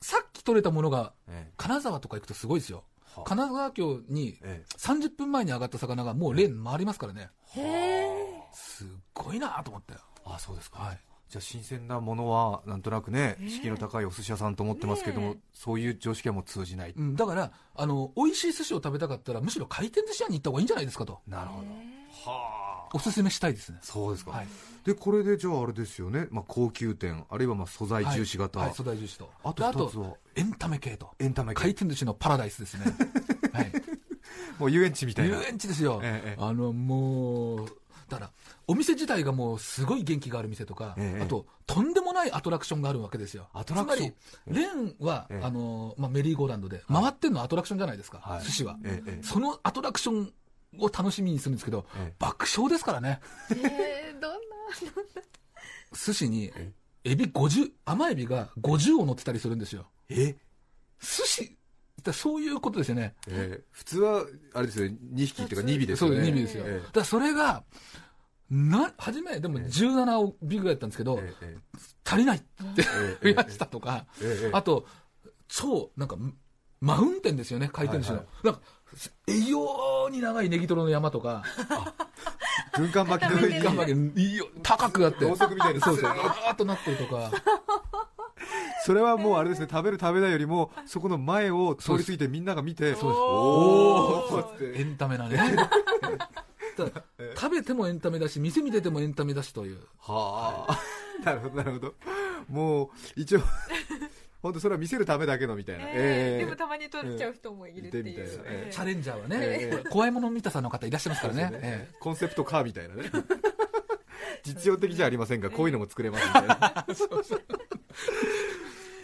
[SPEAKER 4] さっき取れたものが、
[SPEAKER 3] え
[SPEAKER 4] 金沢とか行くとすごいですよ。
[SPEAKER 3] はあ
[SPEAKER 4] 金沢峡に
[SPEAKER 3] えええ
[SPEAKER 4] 30分前に上がった魚がもうレーン回りますからね。
[SPEAKER 1] へ
[SPEAKER 4] すっごいなと思ったよ。
[SPEAKER 3] あそうですか、
[SPEAKER 4] はい。
[SPEAKER 3] じゃあ新鮮なものはなんとなくね敷居の高いお寿司屋さんと思ってますけども、
[SPEAKER 5] ね
[SPEAKER 3] そういう常識はもう通じない、
[SPEAKER 4] うん、だから、あの、美味しい寿司を食べたかったら、むしろ回転寿司屋に行った方がいいんじゃないですかと。
[SPEAKER 3] なるほどはあ
[SPEAKER 4] おすすめしたいですね。
[SPEAKER 3] そうですか、
[SPEAKER 4] はい。
[SPEAKER 3] でこれでじゃああれですよね、まあ、高級店あるいはまあ素材重視型、
[SPEAKER 4] はい、はい素材重視と。
[SPEAKER 3] あと
[SPEAKER 4] で
[SPEAKER 3] 二つは
[SPEAKER 4] エンタメ系と。
[SPEAKER 3] エンタメ系
[SPEAKER 4] 回転寿司のパラダイス
[SPEAKER 3] [laughs]
[SPEAKER 4] ですね。はい。
[SPEAKER 3] もう遊園地みたい
[SPEAKER 4] 遊
[SPEAKER 3] な
[SPEAKER 4] 園地ですよ。
[SPEAKER 3] ええええ
[SPEAKER 4] あの、もう、だから、お店自体がもうすごい元気がある店とか、
[SPEAKER 3] ええええ
[SPEAKER 4] あと、とんでもないアトラクションがあるわけですよ。
[SPEAKER 3] アトラクション
[SPEAKER 4] つまり、レーンは、
[SPEAKER 3] ええ
[SPEAKER 4] あの、まあ、メリーゴーランドで、回ってんのはアトラクションじゃないですか、
[SPEAKER 3] はい
[SPEAKER 4] 寿司は、
[SPEAKER 3] ええええ
[SPEAKER 4] そのアトラクションを楽しみにするんですけど、
[SPEAKER 3] ええ
[SPEAKER 4] 爆笑ですからね。
[SPEAKER 5] えーどんな
[SPEAKER 4] 寿司に、エビ50、甘エビが50を乗ってたりするんですよ。
[SPEAKER 3] え
[SPEAKER 4] 寿司だそういうことですよね。
[SPEAKER 3] えー普通はあれですよね2匹っていうか2尾ですよね
[SPEAKER 4] そうです、2尾ですよ。
[SPEAKER 3] え
[SPEAKER 4] だからそれが、な、初め、でも17をビッグやったんですけど、
[SPEAKER 3] えええ
[SPEAKER 4] 足りないって
[SPEAKER 3] ええ
[SPEAKER 4] 増 [laughs] やしたとか
[SPEAKER 3] えええ、
[SPEAKER 4] あと、超、なんか、マウンテンですよね、回転寿司の。
[SPEAKER 3] はい
[SPEAKER 4] なんか、栄養に長いネギトロの山とか、
[SPEAKER 3] え軍艦巻きの上に
[SPEAKER 4] 頑張れいいよ高くあって、
[SPEAKER 3] ろうそくみたいな
[SPEAKER 4] そうそう、ずーっとなってるとか、
[SPEAKER 3] それはもうあれですね食べる食べないよりもそこの前を通り過ぎてみんなが見て
[SPEAKER 4] そうです
[SPEAKER 3] お
[SPEAKER 5] お
[SPEAKER 3] お
[SPEAKER 5] ー
[SPEAKER 3] っつって
[SPEAKER 4] エンタメなね。 [laughs] ただ食べてもエンタメだし、店見ててもエンタメだしという。
[SPEAKER 3] はあなるほどなるほどもう一応本当それは見せるためだけのみたいな
[SPEAKER 5] えー
[SPEAKER 3] ええ
[SPEAKER 5] でもたまに取れちゃう人もいるって
[SPEAKER 3] えーい
[SPEAKER 5] い
[SPEAKER 3] てみたいうなえ
[SPEAKER 5] え
[SPEAKER 4] チャ
[SPEAKER 5] ー
[SPEAKER 4] レンジャーは
[SPEAKER 3] え
[SPEAKER 4] ね、
[SPEAKER 3] え
[SPEAKER 4] これ怖いもの見たさんの方いらっしゃいますからね。
[SPEAKER 3] そうです
[SPEAKER 4] ええ
[SPEAKER 3] コンセプトカーみたいなね実用的じゃありませんがこういうのも作れますみたいな
[SPEAKER 4] [laughs]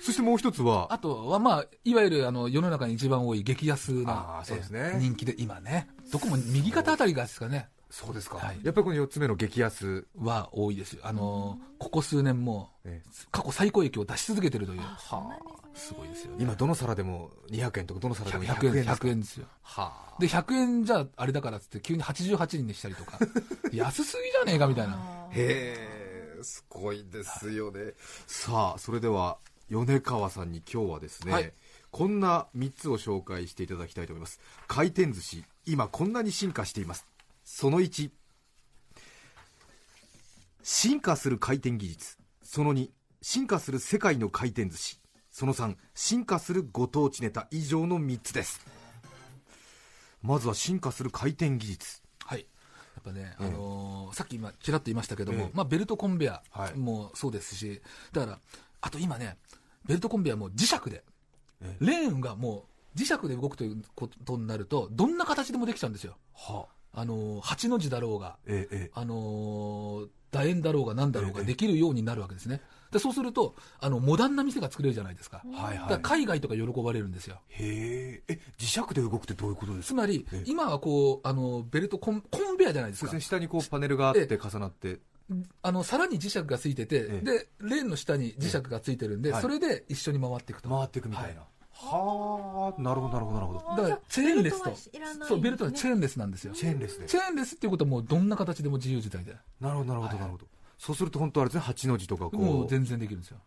[SPEAKER 3] そしてもう一つは
[SPEAKER 4] あとは、まあ、いわゆるあの世の中に一番多い激安な
[SPEAKER 3] あーそうですね
[SPEAKER 4] ええ人気で、今ね、どこも右肩あたりがですかね、
[SPEAKER 3] そうですか
[SPEAKER 4] はい
[SPEAKER 3] やっぱりこの4つ目の激安
[SPEAKER 4] は多いですよ、あのここ数年も
[SPEAKER 3] ええ
[SPEAKER 4] 過去最高益を出し続けてるという、
[SPEAKER 3] すごいですよ、今どの皿でも200円とかどの皿でも
[SPEAKER 4] 100
[SPEAKER 3] 100円で
[SPEAKER 4] 円
[SPEAKER 3] すか
[SPEAKER 4] 100円ですよ。
[SPEAKER 3] は
[SPEAKER 4] で、100円じゃあれだからっつって、急に88人にしたり
[SPEAKER 3] [laughs]
[SPEAKER 4] とか、安すぎじゃねえかみたいな、
[SPEAKER 3] あへえすごいですよね、さあそれでは米川さんに今日はですね、
[SPEAKER 4] はい
[SPEAKER 3] こんな3つを紹介していただきたいと思います回転寿司今こんなに進化していますその1進化する回転技術その2進化する世界の回転寿司その3進化するご当地ネタ以上の3つですまずは進化する回転技術
[SPEAKER 4] はい、やっぱね、あのーさっき今、ちらっと言いましたけども、
[SPEAKER 3] ええ
[SPEAKER 4] まあ、ベルトコンベア
[SPEAKER 3] はい
[SPEAKER 4] もそうですし、だから、あと今ね、ベルトコンベアも磁石で、レーンがもう磁石で動くということになると、どんな形でもできちゃうんですよ、
[SPEAKER 3] は
[SPEAKER 4] あのー、8の字だろうが、
[SPEAKER 3] えええ
[SPEAKER 4] あのー楕円だろうが何だろうができるようになるわけですね。でそうするとあの、モダンな店が作れるじゃないですか。
[SPEAKER 3] えはい
[SPEAKER 4] だから海外とか喜ばれるんですよ。
[SPEAKER 3] へえ、え、磁石で動くってどういうことで
[SPEAKER 4] つ
[SPEAKER 3] か
[SPEAKER 4] まり
[SPEAKER 3] ええ、
[SPEAKER 4] 今はこう、あの、ベルトコン、コンベアじゃないです
[SPEAKER 3] そうで
[SPEAKER 4] か
[SPEAKER 3] すね、。下にこうパネルがあって
[SPEAKER 4] え
[SPEAKER 3] 重なって、
[SPEAKER 4] あの、皿に磁石がついてて、
[SPEAKER 3] ええ
[SPEAKER 4] で、レーンの下に磁石がついてるん
[SPEAKER 3] え
[SPEAKER 4] で、
[SPEAKER 3] え
[SPEAKER 4] それで一緒に回っていくと。
[SPEAKER 3] 回っていくみたいな。はあ、なるほど、なるほど、なるほど。
[SPEAKER 5] あ
[SPEAKER 4] だから、チェーンレ
[SPEAKER 5] ベル
[SPEAKER 4] ス
[SPEAKER 5] トは
[SPEAKER 4] と
[SPEAKER 5] いらないんですね。
[SPEAKER 4] そう、ベルトはチェーンレスなんですよ。
[SPEAKER 3] チェーンレスで。
[SPEAKER 4] チェーンレスっていうことはもうどんな形でも自由自在で。
[SPEAKER 3] なるほど、なるほど、なるほど。そうすると本当あれですね、八の字とか
[SPEAKER 4] も
[SPEAKER 3] こ
[SPEAKER 4] う
[SPEAKER 3] う。
[SPEAKER 4] 全然できるんですよ。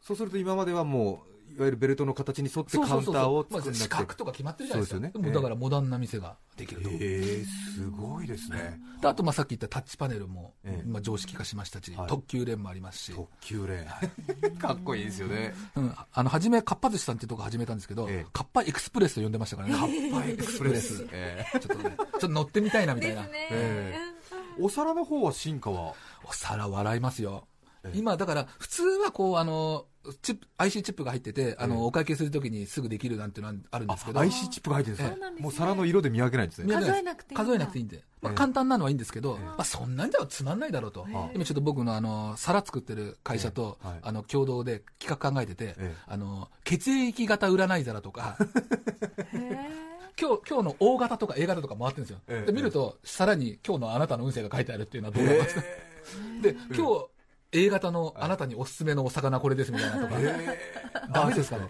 [SPEAKER 3] そうすると今まではもう、いわゆるベルトの形に沿って
[SPEAKER 4] そう
[SPEAKER 3] カ
[SPEAKER 4] そ
[SPEAKER 3] ウ
[SPEAKER 4] う
[SPEAKER 3] ン
[SPEAKER 4] そ
[SPEAKER 3] ター
[SPEAKER 4] う
[SPEAKER 3] を
[SPEAKER 4] まあ
[SPEAKER 3] 作んな
[SPEAKER 4] 四
[SPEAKER 3] く
[SPEAKER 4] 角
[SPEAKER 3] て。
[SPEAKER 4] とか決まってるじゃないですか。
[SPEAKER 3] そうですよね
[SPEAKER 4] もうだからモダンな店ができると。
[SPEAKER 3] へえ、すごいですね。
[SPEAKER 4] であと、まあ、さっき言ったタッチパネルも、
[SPEAKER 3] ええ
[SPEAKER 4] まあ、常識化しましたし、
[SPEAKER 3] はい
[SPEAKER 4] 特急レーンもありますし、
[SPEAKER 3] 特急レーン。かっこいい [laughs] ですよね。
[SPEAKER 4] うん、あの、初め、かっぱ寿司さんっていうとこ始めたんですけど、
[SPEAKER 3] ええ
[SPEAKER 4] かっぱエクスプレスと呼んでましたからね。かっぱエクス
[SPEAKER 3] プレ
[SPEAKER 4] [laughs]
[SPEAKER 3] ス。ええ
[SPEAKER 4] ちょっとね、ちょっと乗ってみたいなみた
[SPEAKER 5] で
[SPEAKER 4] い
[SPEAKER 5] す
[SPEAKER 4] な。
[SPEAKER 5] ね
[SPEAKER 3] ええお皿の方は進化は
[SPEAKER 4] お皿笑いますよ。
[SPEAKER 3] ええ
[SPEAKER 4] 今、だから、普通はこう、あの、チップ、IC チップが入ってて、あ
[SPEAKER 3] ええ
[SPEAKER 4] の、お会計するときにすぐできるなんていうのはあるんですけど、
[SPEAKER 3] IC チップが入ってるんですか
[SPEAKER 5] そうなんですね
[SPEAKER 3] もう皿の色で見分けないんです
[SPEAKER 4] 見
[SPEAKER 3] ね
[SPEAKER 4] 分
[SPEAKER 5] 数えなくていいんだ
[SPEAKER 4] 数えなくていいんで。まあ、
[SPEAKER 3] ええ
[SPEAKER 4] 簡単なのはいいんですけど、
[SPEAKER 3] ええ
[SPEAKER 4] まあ、そんなんじゃつまんないだろうと。
[SPEAKER 3] あ
[SPEAKER 4] 今ちょっと僕のあの、皿作ってる会社と、
[SPEAKER 3] ええはい
[SPEAKER 4] あの、共同で企画考えてて、
[SPEAKER 3] ええ
[SPEAKER 4] あの、血液型占い皿と [laughs] か、
[SPEAKER 5] へえ
[SPEAKER 4] 今日、今日の O 型とか A 型とか回ってるんですよ。
[SPEAKER 3] ええ
[SPEAKER 4] で、見ると、さらに今日のあなたの運勢が書いてあるっていうのはどうなんですか、で、今日、A 型のあなたにおすすめのお魚これですみたいなとか、ダメですかね。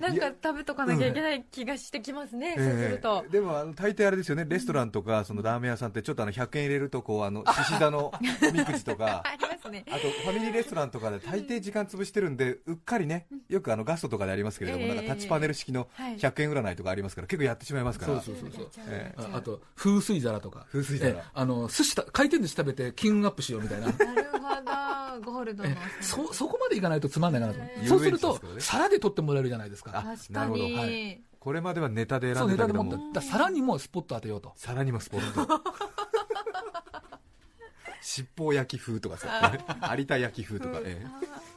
[SPEAKER 5] なんか食べとかなきゃいけない気がしてきますね、 [laughs] そうすると
[SPEAKER 3] ええ。でもあの大抵あれですよねレストランとかそのラーメン屋さんってちょっとあの100円入れるとこうあの獅子座のおみくじとか
[SPEAKER 5] ありますね。
[SPEAKER 3] あとファミリーレストランとかで大抵時間潰してるんでうっかりねよくあのガストとかでありますけれども、
[SPEAKER 5] ええ
[SPEAKER 3] なんかタッチパネル式の
[SPEAKER 5] はい
[SPEAKER 3] 100円占いとかありますから結構やってしまいますから
[SPEAKER 4] そうそうそう
[SPEAKER 3] ええ
[SPEAKER 4] ああと、風水皿とか。
[SPEAKER 3] 風水皿
[SPEAKER 4] ええあの、寿司た、回転寿司食べて金運アップしようみたいな。
[SPEAKER 5] なるほど、ゴールドの
[SPEAKER 4] え。えそ、そこまでいかないとつまんないかなと思う。
[SPEAKER 3] ええ
[SPEAKER 4] そうする
[SPEAKER 3] 遊園地で
[SPEAKER 4] と
[SPEAKER 3] すから、ね
[SPEAKER 4] 皿で取ってもらえるじゃないですか。
[SPEAKER 5] 確
[SPEAKER 3] な
[SPEAKER 5] か
[SPEAKER 3] るほど
[SPEAKER 4] は
[SPEAKER 5] に。
[SPEAKER 3] これまではネタで選
[SPEAKER 4] そ
[SPEAKER 3] んで
[SPEAKER 4] う、ネ
[SPEAKER 3] た
[SPEAKER 4] タ
[SPEAKER 3] け
[SPEAKER 4] で
[SPEAKER 3] ど
[SPEAKER 4] もっと
[SPEAKER 3] も、
[SPEAKER 4] だ皿にもスポット当てようと。
[SPEAKER 3] さらにもスポット尻尾焼き風とかさ有田焼き風とか、ええ、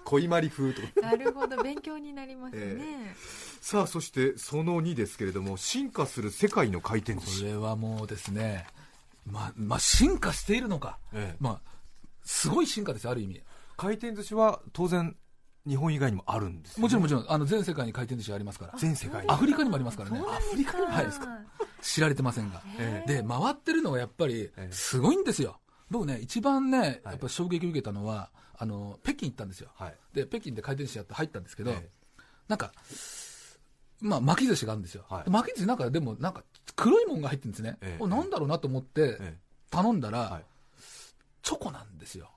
[SPEAKER 3] 小いまり風とか
[SPEAKER 5] なるほど、勉強になりますね。
[SPEAKER 3] さあそしてその2ですけれども進化する世界の回転寿
[SPEAKER 4] こ
[SPEAKER 3] 司
[SPEAKER 4] れはもうですね、まあ、まあ、進化しているのか。
[SPEAKER 3] ええ
[SPEAKER 4] まあ、すごい進化ですよ、ある意味。
[SPEAKER 3] 回転寿司は当然日本以外にもあるんですよね
[SPEAKER 4] もちろんもちろん、あの、全世界に回転寿司ありますから。
[SPEAKER 3] 全世界に
[SPEAKER 4] アフリカにもありますからね。
[SPEAKER 5] アフリカ
[SPEAKER 4] もあるんですか知られてませんが。
[SPEAKER 3] ええ
[SPEAKER 4] で、回ってるのがやっぱり、すごいんですよ。僕ね、一番ね、やっぱ衝撃を受けたのは、あの、北京行ったんですよ。
[SPEAKER 3] はい
[SPEAKER 4] で、北京で回転寿司やって入ったんですけど、
[SPEAKER 3] え
[SPEAKER 4] なんか、まあ、巻き寿司があるんですよ。
[SPEAKER 3] はい
[SPEAKER 4] で巻き寿司なんか、でも、なんか、黒いもんが入ってるんですね。
[SPEAKER 3] ええ
[SPEAKER 4] おなんだろうなと思って
[SPEAKER 3] え、
[SPEAKER 4] 頼んだら、
[SPEAKER 3] はい
[SPEAKER 4] チョコなんですよ。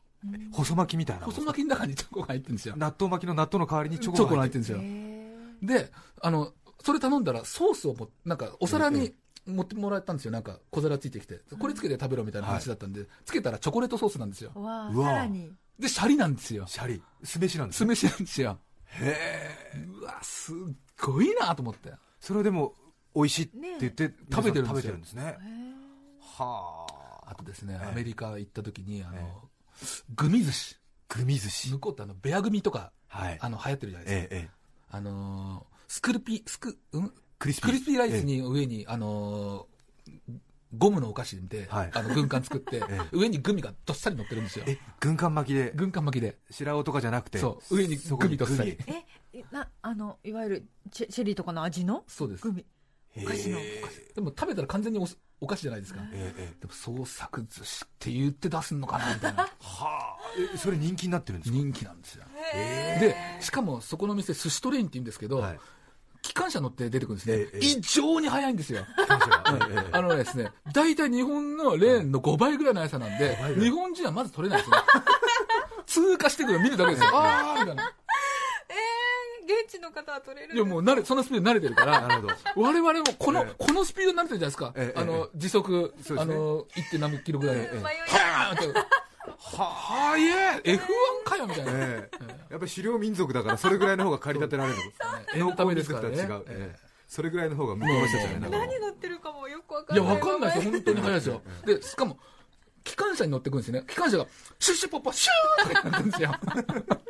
[SPEAKER 3] 細巻きみたいなもん
[SPEAKER 4] 細巻きの中にチョコが入ってるんですよ。
[SPEAKER 3] 納豆巻きの納豆の代わりにチ
[SPEAKER 4] チ
[SPEAKER 3] ョコ
[SPEAKER 4] ョ
[SPEAKER 3] が
[SPEAKER 4] コが
[SPEAKER 3] 入
[SPEAKER 4] 入
[SPEAKER 3] っ
[SPEAKER 4] ってて
[SPEAKER 3] る
[SPEAKER 4] るんですよ。で、あの、それ頼んだらソースをも、なんかお皿に持ってもらったんですよ。なんか小皿ついてきて。これつけて食べろみたいな話だったんで、つけたらチョコレートソースなんですよ。
[SPEAKER 5] わあ、
[SPEAKER 3] うわ
[SPEAKER 5] さらに。
[SPEAKER 4] で、シャリなんですよ。
[SPEAKER 3] シャリ酢飯なんです
[SPEAKER 4] 酢
[SPEAKER 3] よ
[SPEAKER 4] 飯なんですよ。へえ。うわ、すっごいなと思って。
[SPEAKER 3] それをでも美味しいって言って、皆さん
[SPEAKER 4] 食べてるんですよ
[SPEAKER 3] 食べてるんですねはあ
[SPEAKER 4] あとですね、
[SPEAKER 3] ええ
[SPEAKER 4] アメリカ行った時に、あの、
[SPEAKER 3] え
[SPEAKER 4] グミ寿司。
[SPEAKER 3] グミ寿司
[SPEAKER 4] 向こうってあの、ベアグミとか、
[SPEAKER 3] はい
[SPEAKER 4] あの、流行ってるじゃないですか。
[SPEAKER 3] ええええ
[SPEAKER 4] あのースクルピ、スク、うん
[SPEAKER 3] クリスピー
[SPEAKER 4] クリスピーライスに上に、あのーゴムのお菓子で、
[SPEAKER 3] はい
[SPEAKER 4] あの軍艦作って、
[SPEAKER 3] [laughs] え
[SPEAKER 4] 上にグミがどっさり乗ってるんですよ
[SPEAKER 3] え。え軍艦巻きで
[SPEAKER 4] 軍艦巻きで。
[SPEAKER 3] 白尾とかじゃなくて
[SPEAKER 4] そう上に
[SPEAKER 3] そこ
[SPEAKER 4] グミとっさり
[SPEAKER 5] え、な、あの、いわゆるチェチェリーとかの味の
[SPEAKER 4] そうです
[SPEAKER 5] グ。ミ。
[SPEAKER 3] ええ
[SPEAKER 5] お菓子の
[SPEAKER 4] でも食べたら完全におお菓子じゃないですか。
[SPEAKER 3] ええええ
[SPEAKER 4] でも創作寿司って言って出すのかなみ
[SPEAKER 3] [laughs]
[SPEAKER 4] たいな
[SPEAKER 3] はあえそれ人気になってるんですか
[SPEAKER 4] 人気なんですよ。
[SPEAKER 3] え
[SPEAKER 4] で、しかもそこの店、寿司トレインって言うんですけど、
[SPEAKER 3] はい
[SPEAKER 4] 機関車乗って出てくるんですね
[SPEAKER 3] え。えええ
[SPEAKER 4] 異常に速いんですよ。
[SPEAKER 3] ええええ
[SPEAKER 4] あのですね、大体日本のレーンの5倍ぐらいの速さなんで、日本人はまず取れないですね。通過してくるの見るだけですよ。あーみたいな。
[SPEAKER 5] 現地の方は取れる
[SPEAKER 4] いやもう慣れ、そのスピードに慣れてるから、
[SPEAKER 3] なるほど
[SPEAKER 4] 我々もこの
[SPEAKER 3] ええ、
[SPEAKER 4] このスピードに慣れてるじゃないですか
[SPEAKER 3] え。え
[SPEAKER 4] あ
[SPEAKER 3] え
[SPEAKER 4] の、時速、
[SPEAKER 3] そうで
[SPEAKER 4] あ
[SPEAKER 3] すね
[SPEAKER 4] の、1. 点何キロぐらいで。
[SPEAKER 5] 迷い
[SPEAKER 4] は
[SPEAKER 5] が
[SPEAKER 4] ぁーって。は、はーいえ F1 かよみたいな。
[SPEAKER 3] ええやっぱり狩猟民族だからそれぐらいの方が借り立てられる
[SPEAKER 4] えエンタメですからね
[SPEAKER 3] 農耕民族とは違う、
[SPEAKER 4] え
[SPEAKER 3] ええそれぐらいの方が向こうの人じゃないな
[SPEAKER 4] もうもう
[SPEAKER 5] 何乗ってるかもよくわか
[SPEAKER 4] い
[SPEAKER 5] んな
[SPEAKER 4] や、
[SPEAKER 5] い。
[SPEAKER 4] わかんないですよ。
[SPEAKER 5] ご
[SPEAKER 4] 本当に速いですよ。で、しかも、機関車に乗ってくるんですよね。機関車が、シュッシュポッポ、シューってなってるんですよ。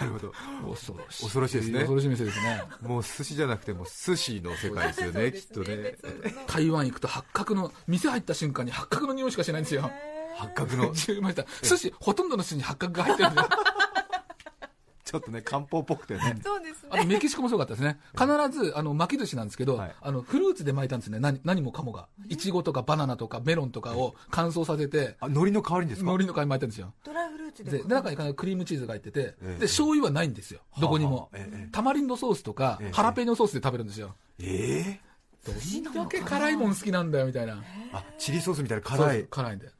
[SPEAKER 3] なるほど
[SPEAKER 4] 恐ろしい。
[SPEAKER 3] 恐ろしいですね
[SPEAKER 4] 恐ろしい店ですね。
[SPEAKER 3] もう寿司じゃなくてもう寿司の世界ですよねきっと
[SPEAKER 5] めん
[SPEAKER 3] ね
[SPEAKER 5] 別の
[SPEAKER 4] 台湾行くと八角の、店入った瞬間に八角の匂いしかしないんですよ。
[SPEAKER 3] 八角のち
[SPEAKER 4] 十枚した。寿司、ほとんどの寿司に八角が入ってる
[SPEAKER 3] [laughs]
[SPEAKER 4] んですよ。
[SPEAKER 3] ょっとね漢方っぽくてね
[SPEAKER 5] そうです
[SPEAKER 4] あ
[SPEAKER 5] ね。
[SPEAKER 4] とメキシコもすごかったですね。必ず、あの、巻き寿司なんですけど、
[SPEAKER 3] はい
[SPEAKER 4] あの、フルーツで巻いたんですね。何、何もかもが。いちごとかバナナとかメロンとかを乾燥させて、
[SPEAKER 3] あ海苔の代わりにです
[SPEAKER 4] 海
[SPEAKER 3] か
[SPEAKER 4] 苔の皮に巻いたんですよ。
[SPEAKER 5] ドライフルーツ
[SPEAKER 4] で、
[SPEAKER 5] で
[SPEAKER 4] で。中に必ずクリームチーズが入ってて、
[SPEAKER 3] ええ
[SPEAKER 4] で、醤油はないんですよ。どこに
[SPEAKER 3] は
[SPEAKER 4] も
[SPEAKER 3] あはあええええ。
[SPEAKER 4] タマリンドソースとか
[SPEAKER 3] ええ、
[SPEAKER 4] ハラペーニョソースで食べるんですよ。
[SPEAKER 3] ええ
[SPEAKER 4] どんだけ辛いもん好きなんだよ、みたいな。
[SPEAKER 3] あチリソースみたいな
[SPEAKER 4] そう
[SPEAKER 3] 辛
[SPEAKER 4] そう
[SPEAKER 3] い
[SPEAKER 4] 辛いんだよ。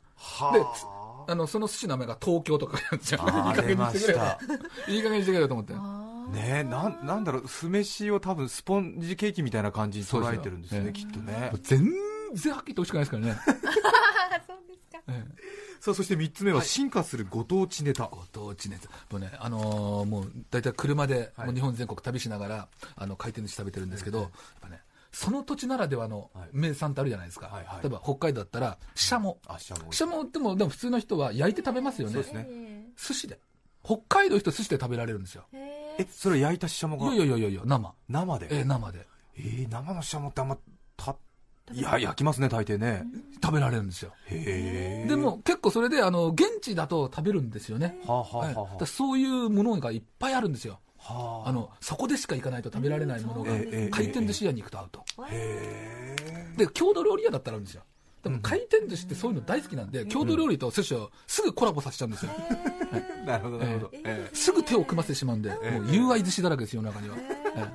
[SPEAKER 4] で
[SPEAKER 3] は
[SPEAKER 4] あの、その寿司の名前が東京とかなんですよ。いい
[SPEAKER 3] あ
[SPEAKER 4] 加減にしてくれよ
[SPEAKER 3] あ。
[SPEAKER 4] いい加減にしてくれよと思って。
[SPEAKER 3] あねえなんなんだろう酢飯を多分スポンジケーキみたいな感じに捉えてるんですよね
[SPEAKER 4] そうで
[SPEAKER 3] きっとね
[SPEAKER 4] 全然はっきりと美味しくないですからね。
[SPEAKER 3] [laughs]
[SPEAKER 5] あそうですか。
[SPEAKER 4] ええ
[SPEAKER 3] さあそして3つ目は進化するご当地ネタ、
[SPEAKER 4] ご当地ネタ。もうね、あのーもう大体車で、
[SPEAKER 3] はい
[SPEAKER 4] もう日本全国旅しながら、あの、回転寿司食べてるんですけど、やっぱね、その土地ならではの
[SPEAKER 3] はい
[SPEAKER 4] 名産ってあるじゃないですか。
[SPEAKER 3] はいはい
[SPEAKER 4] 例えば北海道だったら、シャモ。
[SPEAKER 3] あしゃも
[SPEAKER 4] シャモっても、でも普通の人は焼いて食べますよね。
[SPEAKER 3] そうですね
[SPEAKER 5] え
[SPEAKER 4] 寿司で。北海道の人寿司で食べられるんですよ。
[SPEAKER 5] へ
[SPEAKER 3] え
[SPEAKER 5] え。
[SPEAKER 3] それ焼いたししゃも
[SPEAKER 4] い
[SPEAKER 3] が
[SPEAKER 4] やいやいやいやいや、生。
[SPEAKER 3] 生で
[SPEAKER 4] ええ、生で。
[SPEAKER 3] えー生のししゃもってあんまたいや焼きますね大抵ね
[SPEAKER 4] 食べられるんですよ。
[SPEAKER 3] へえ
[SPEAKER 4] でも結構それで、あの、現地だと食べるんですよね。
[SPEAKER 3] はあはあは
[SPEAKER 4] はい、
[SPEAKER 3] あ
[SPEAKER 4] だ
[SPEAKER 3] は
[SPEAKER 4] からそういうものがいっぱいあるんですよ。
[SPEAKER 3] あはあ
[SPEAKER 4] あの、そこでしか行かないと食べられないものが
[SPEAKER 5] ええええ、
[SPEAKER 4] 回転寿司屋に行くと合うと。
[SPEAKER 3] へえ
[SPEAKER 4] で、郷土料理屋だったらあるんですよ。でも回転寿司ってそういうの大好きなんで、郷土料理と寿司をすぐコラボさせちゃうんですよ。
[SPEAKER 3] なるほどなるほど、ええ
[SPEAKER 4] すぐ手を組ませてしまうんで、
[SPEAKER 3] ええ
[SPEAKER 4] もう友愛寿司だらけですよ、中には。え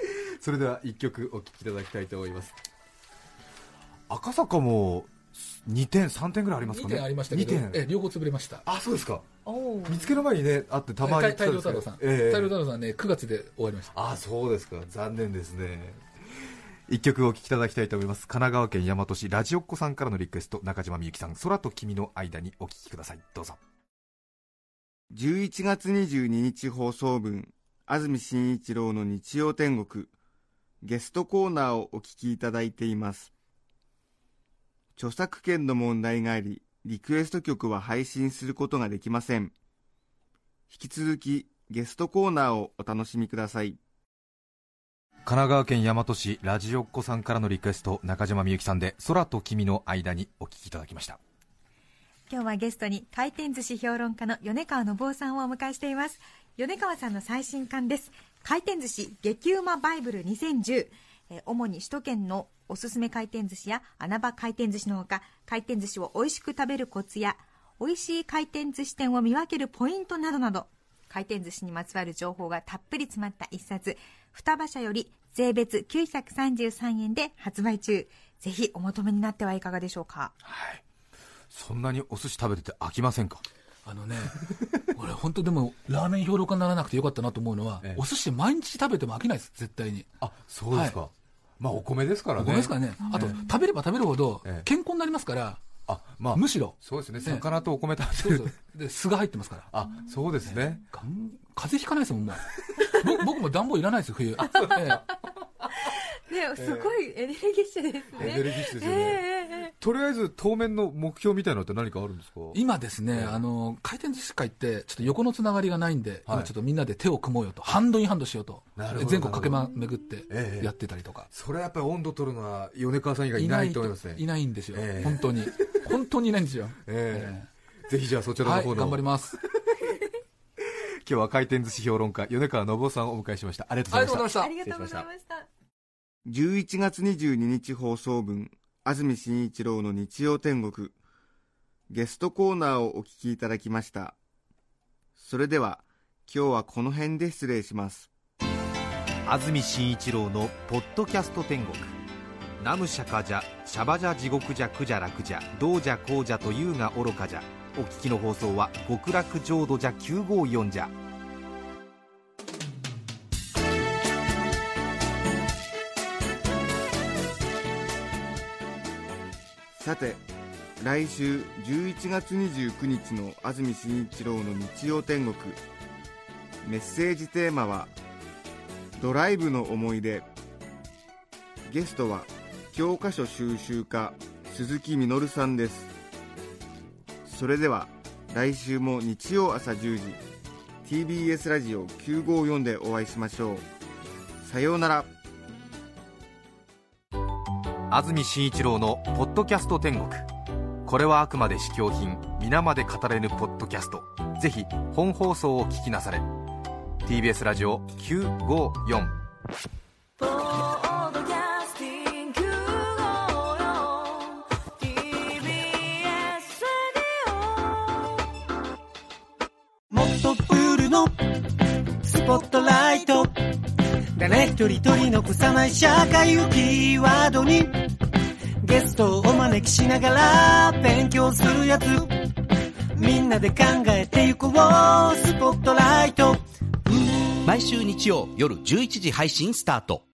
[SPEAKER 4] え
[SPEAKER 3] それでは一曲お聴きいただきたいと思います赤坂も2点3点ぐらいあります
[SPEAKER 4] 2
[SPEAKER 3] かね
[SPEAKER 4] 点ありましたけど
[SPEAKER 3] 2、
[SPEAKER 4] え
[SPEAKER 3] 点
[SPEAKER 4] え両方潰れました。
[SPEAKER 3] あそうですか
[SPEAKER 5] おー
[SPEAKER 3] 見つける前にねあってたまに
[SPEAKER 4] 大大量太郎さん。
[SPEAKER 3] ええ
[SPEAKER 4] 大量太郎さんね、9月で終わりました。
[SPEAKER 3] あそうですか残念ですね一曲お聴きいただきたいと思います神奈川県大和市ラジオっ子さんからのリクエスト中島みゆきさん空と君の間にお聴きくださいどうぞ
[SPEAKER 2] 11月22日放送分安住紳一郎の日曜天国ゲストコーナーをお聞きいただいています著作権の問題がありリクエスト曲は配信することができません引き続きゲストコーナーをお楽しみください
[SPEAKER 3] 神奈川県大和市ラジオっ子さんからのリクエスト中島みゆきさんで空と君の間にお聴きいただきました
[SPEAKER 6] 今日はゲストに回転寿司評論家の米川信夫さんをお迎えしています米川さんの最新刊です回転寿司激うまバイブル2010えー主に首都圏のおすすめ回転寿司や穴場回転寿司のほか回転寿司を美味しく食べるコツや美味しい回転寿司店を見分けるポイントなどなど回転寿司にまつわる情報がたっぷり詰まった一冊双葉社より税別933円で発売中ぜひお求めになってはいかがでしょうか
[SPEAKER 3] はい。そんなにお寿司食べてて飽きませんか
[SPEAKER 4] あのね、俺本当でも、ラーメン評論家にならなくてよかったなと思うのは
[SPEAKER 3] ええ、
[SPEAKER 4] お寿司毎日食べても飽きないです、絶対に。
[SPEAKER 3] あ、そうですか。
[SPEAKER 4] は
[SPEAKER 3] まあ、お米ですからね。
[SPEAKER 4] お米ですからね。あと、食べれば食べるほど
[SPEAKER 3] ええ、
[SPEAKER 4] 健康になりますから、
[SPEAKER 3] あ、まあ、
[SPEAKER 4] むしろ。
[SPEAKER 3] そうですね。
[SPEAKER 4] ええ
[SPEAKER 3] 魚とお米食
[SPEAKER 4] そ
[SPEAKER 3] べ
[SPEAKER 4] う
[SPEAKER 3] て
[SPEAKER 4] そ
[SPEAKER 3] る。
[SPEAKER 4] う。で、酢が入ってますから。
[SPEAKER 3] [laughs] あ、そうですね。
[SPEAKER 4] がん風邪ひかないですもん、もう。僕僕も暖房いらないですよ、冬。ええ
[SPEAKER 5] ね、すごいエネルギッシュです
[SPEAKER 3] エネ
[SPEAKER 5] ね。
[SPEAKER 3] ルギッシュですよね。とりあえず、当面の目標みたいなのって何かあるんですか
[SPEAKER 4] 今ですね、あの、回転寿司会って、ちょっと横のつながりがないんで、
[SPEAKER 3] はい
[SPEAKER 4] 今ちょっとみんなで手を組もうよと、ハンドインハンドしようと
[SPEAKER 3] なるほど、
[SPEAKER 4] 全国駆けま巡って
[SPEAKER 3] ええ
[SPEAKER 4] やってたりとか。
[SPEAKER 3] それはやっぱり温度取るのは米川さん以外いないと思いますね。
[SPEAKER 4] いないんですよ
[SPEAKER 3] ええ。
[SPEAKER 4] 本当に。本当にいないんですよ。
[SPEAKER 3] ええぜひじゃあそちらの
[SPEAKER 4] はい、
[SPEAKER 3] 方の、
[SPEAKER 4] 頑張り
[SPEAKER 3] 今
[SPEAKER 4] ます。
[SPEAKER 3] 日は回転寿司評論家、米川信夫さんをお迎えしました。ありがとう
[SPEAKER 4] ありがとう
[SPEAKER 3] ご
[SPEAKER 4] ご
[SPEAKER 3] ざ
[SPEAKER 4] ざ
[SPEAKER 3] い
[SPEAKER 4] い
[SPEAKER 3] ま
[SPEAKER 4] ま
[SPEAKER 3] し。
[SPEAKER 4] したた
[SPEAKER 5] あ。りがとうございました。
[SPEAKER 2] 11月22日放送分安住紳一郎の日曜天国ゲストコーナーをお聞きいただきましたそれでは今日はこの辺で失礼します
[SPEAKER 7] 安住紳一郎の「ポッドキャスト天国」「ナムシャカジャシャバジャ地獄じゃ苦じゃ楽じゃどうじゃこうじゃというが愚かじゃ」お聞きの放送は「極楽浄土じゃ954じゃ」
[SPEAKER 2] さて来週11月29日の安住紳一郎の日曜天国メッセージテーマは「ドライブの思い出」ゲストは教科書収集家鈴木みのるさんですそれでは来週も日曜朝10時 TBS ラジオ954でお会いしましょうさようなら
[SPEAKER 7] 安住紳一郎の「ポッドキャスト天国」これはあくまで試供品皆まで語れぬポッドキャストぜひ本放送を聞きなされ TBS ラジオ954
[SPEAKER 1] 「ポードキャスティング954」「TBS ラディオ」
[SPEAKER 8] もっとプールのスポットライト誰一人取り残さない社会をキーワードにゲストをお招きしながら勉強するやつみんなで考えてゆこうスポットライト
[SPEAKER 9] 毎週日曜夜11時配信スタート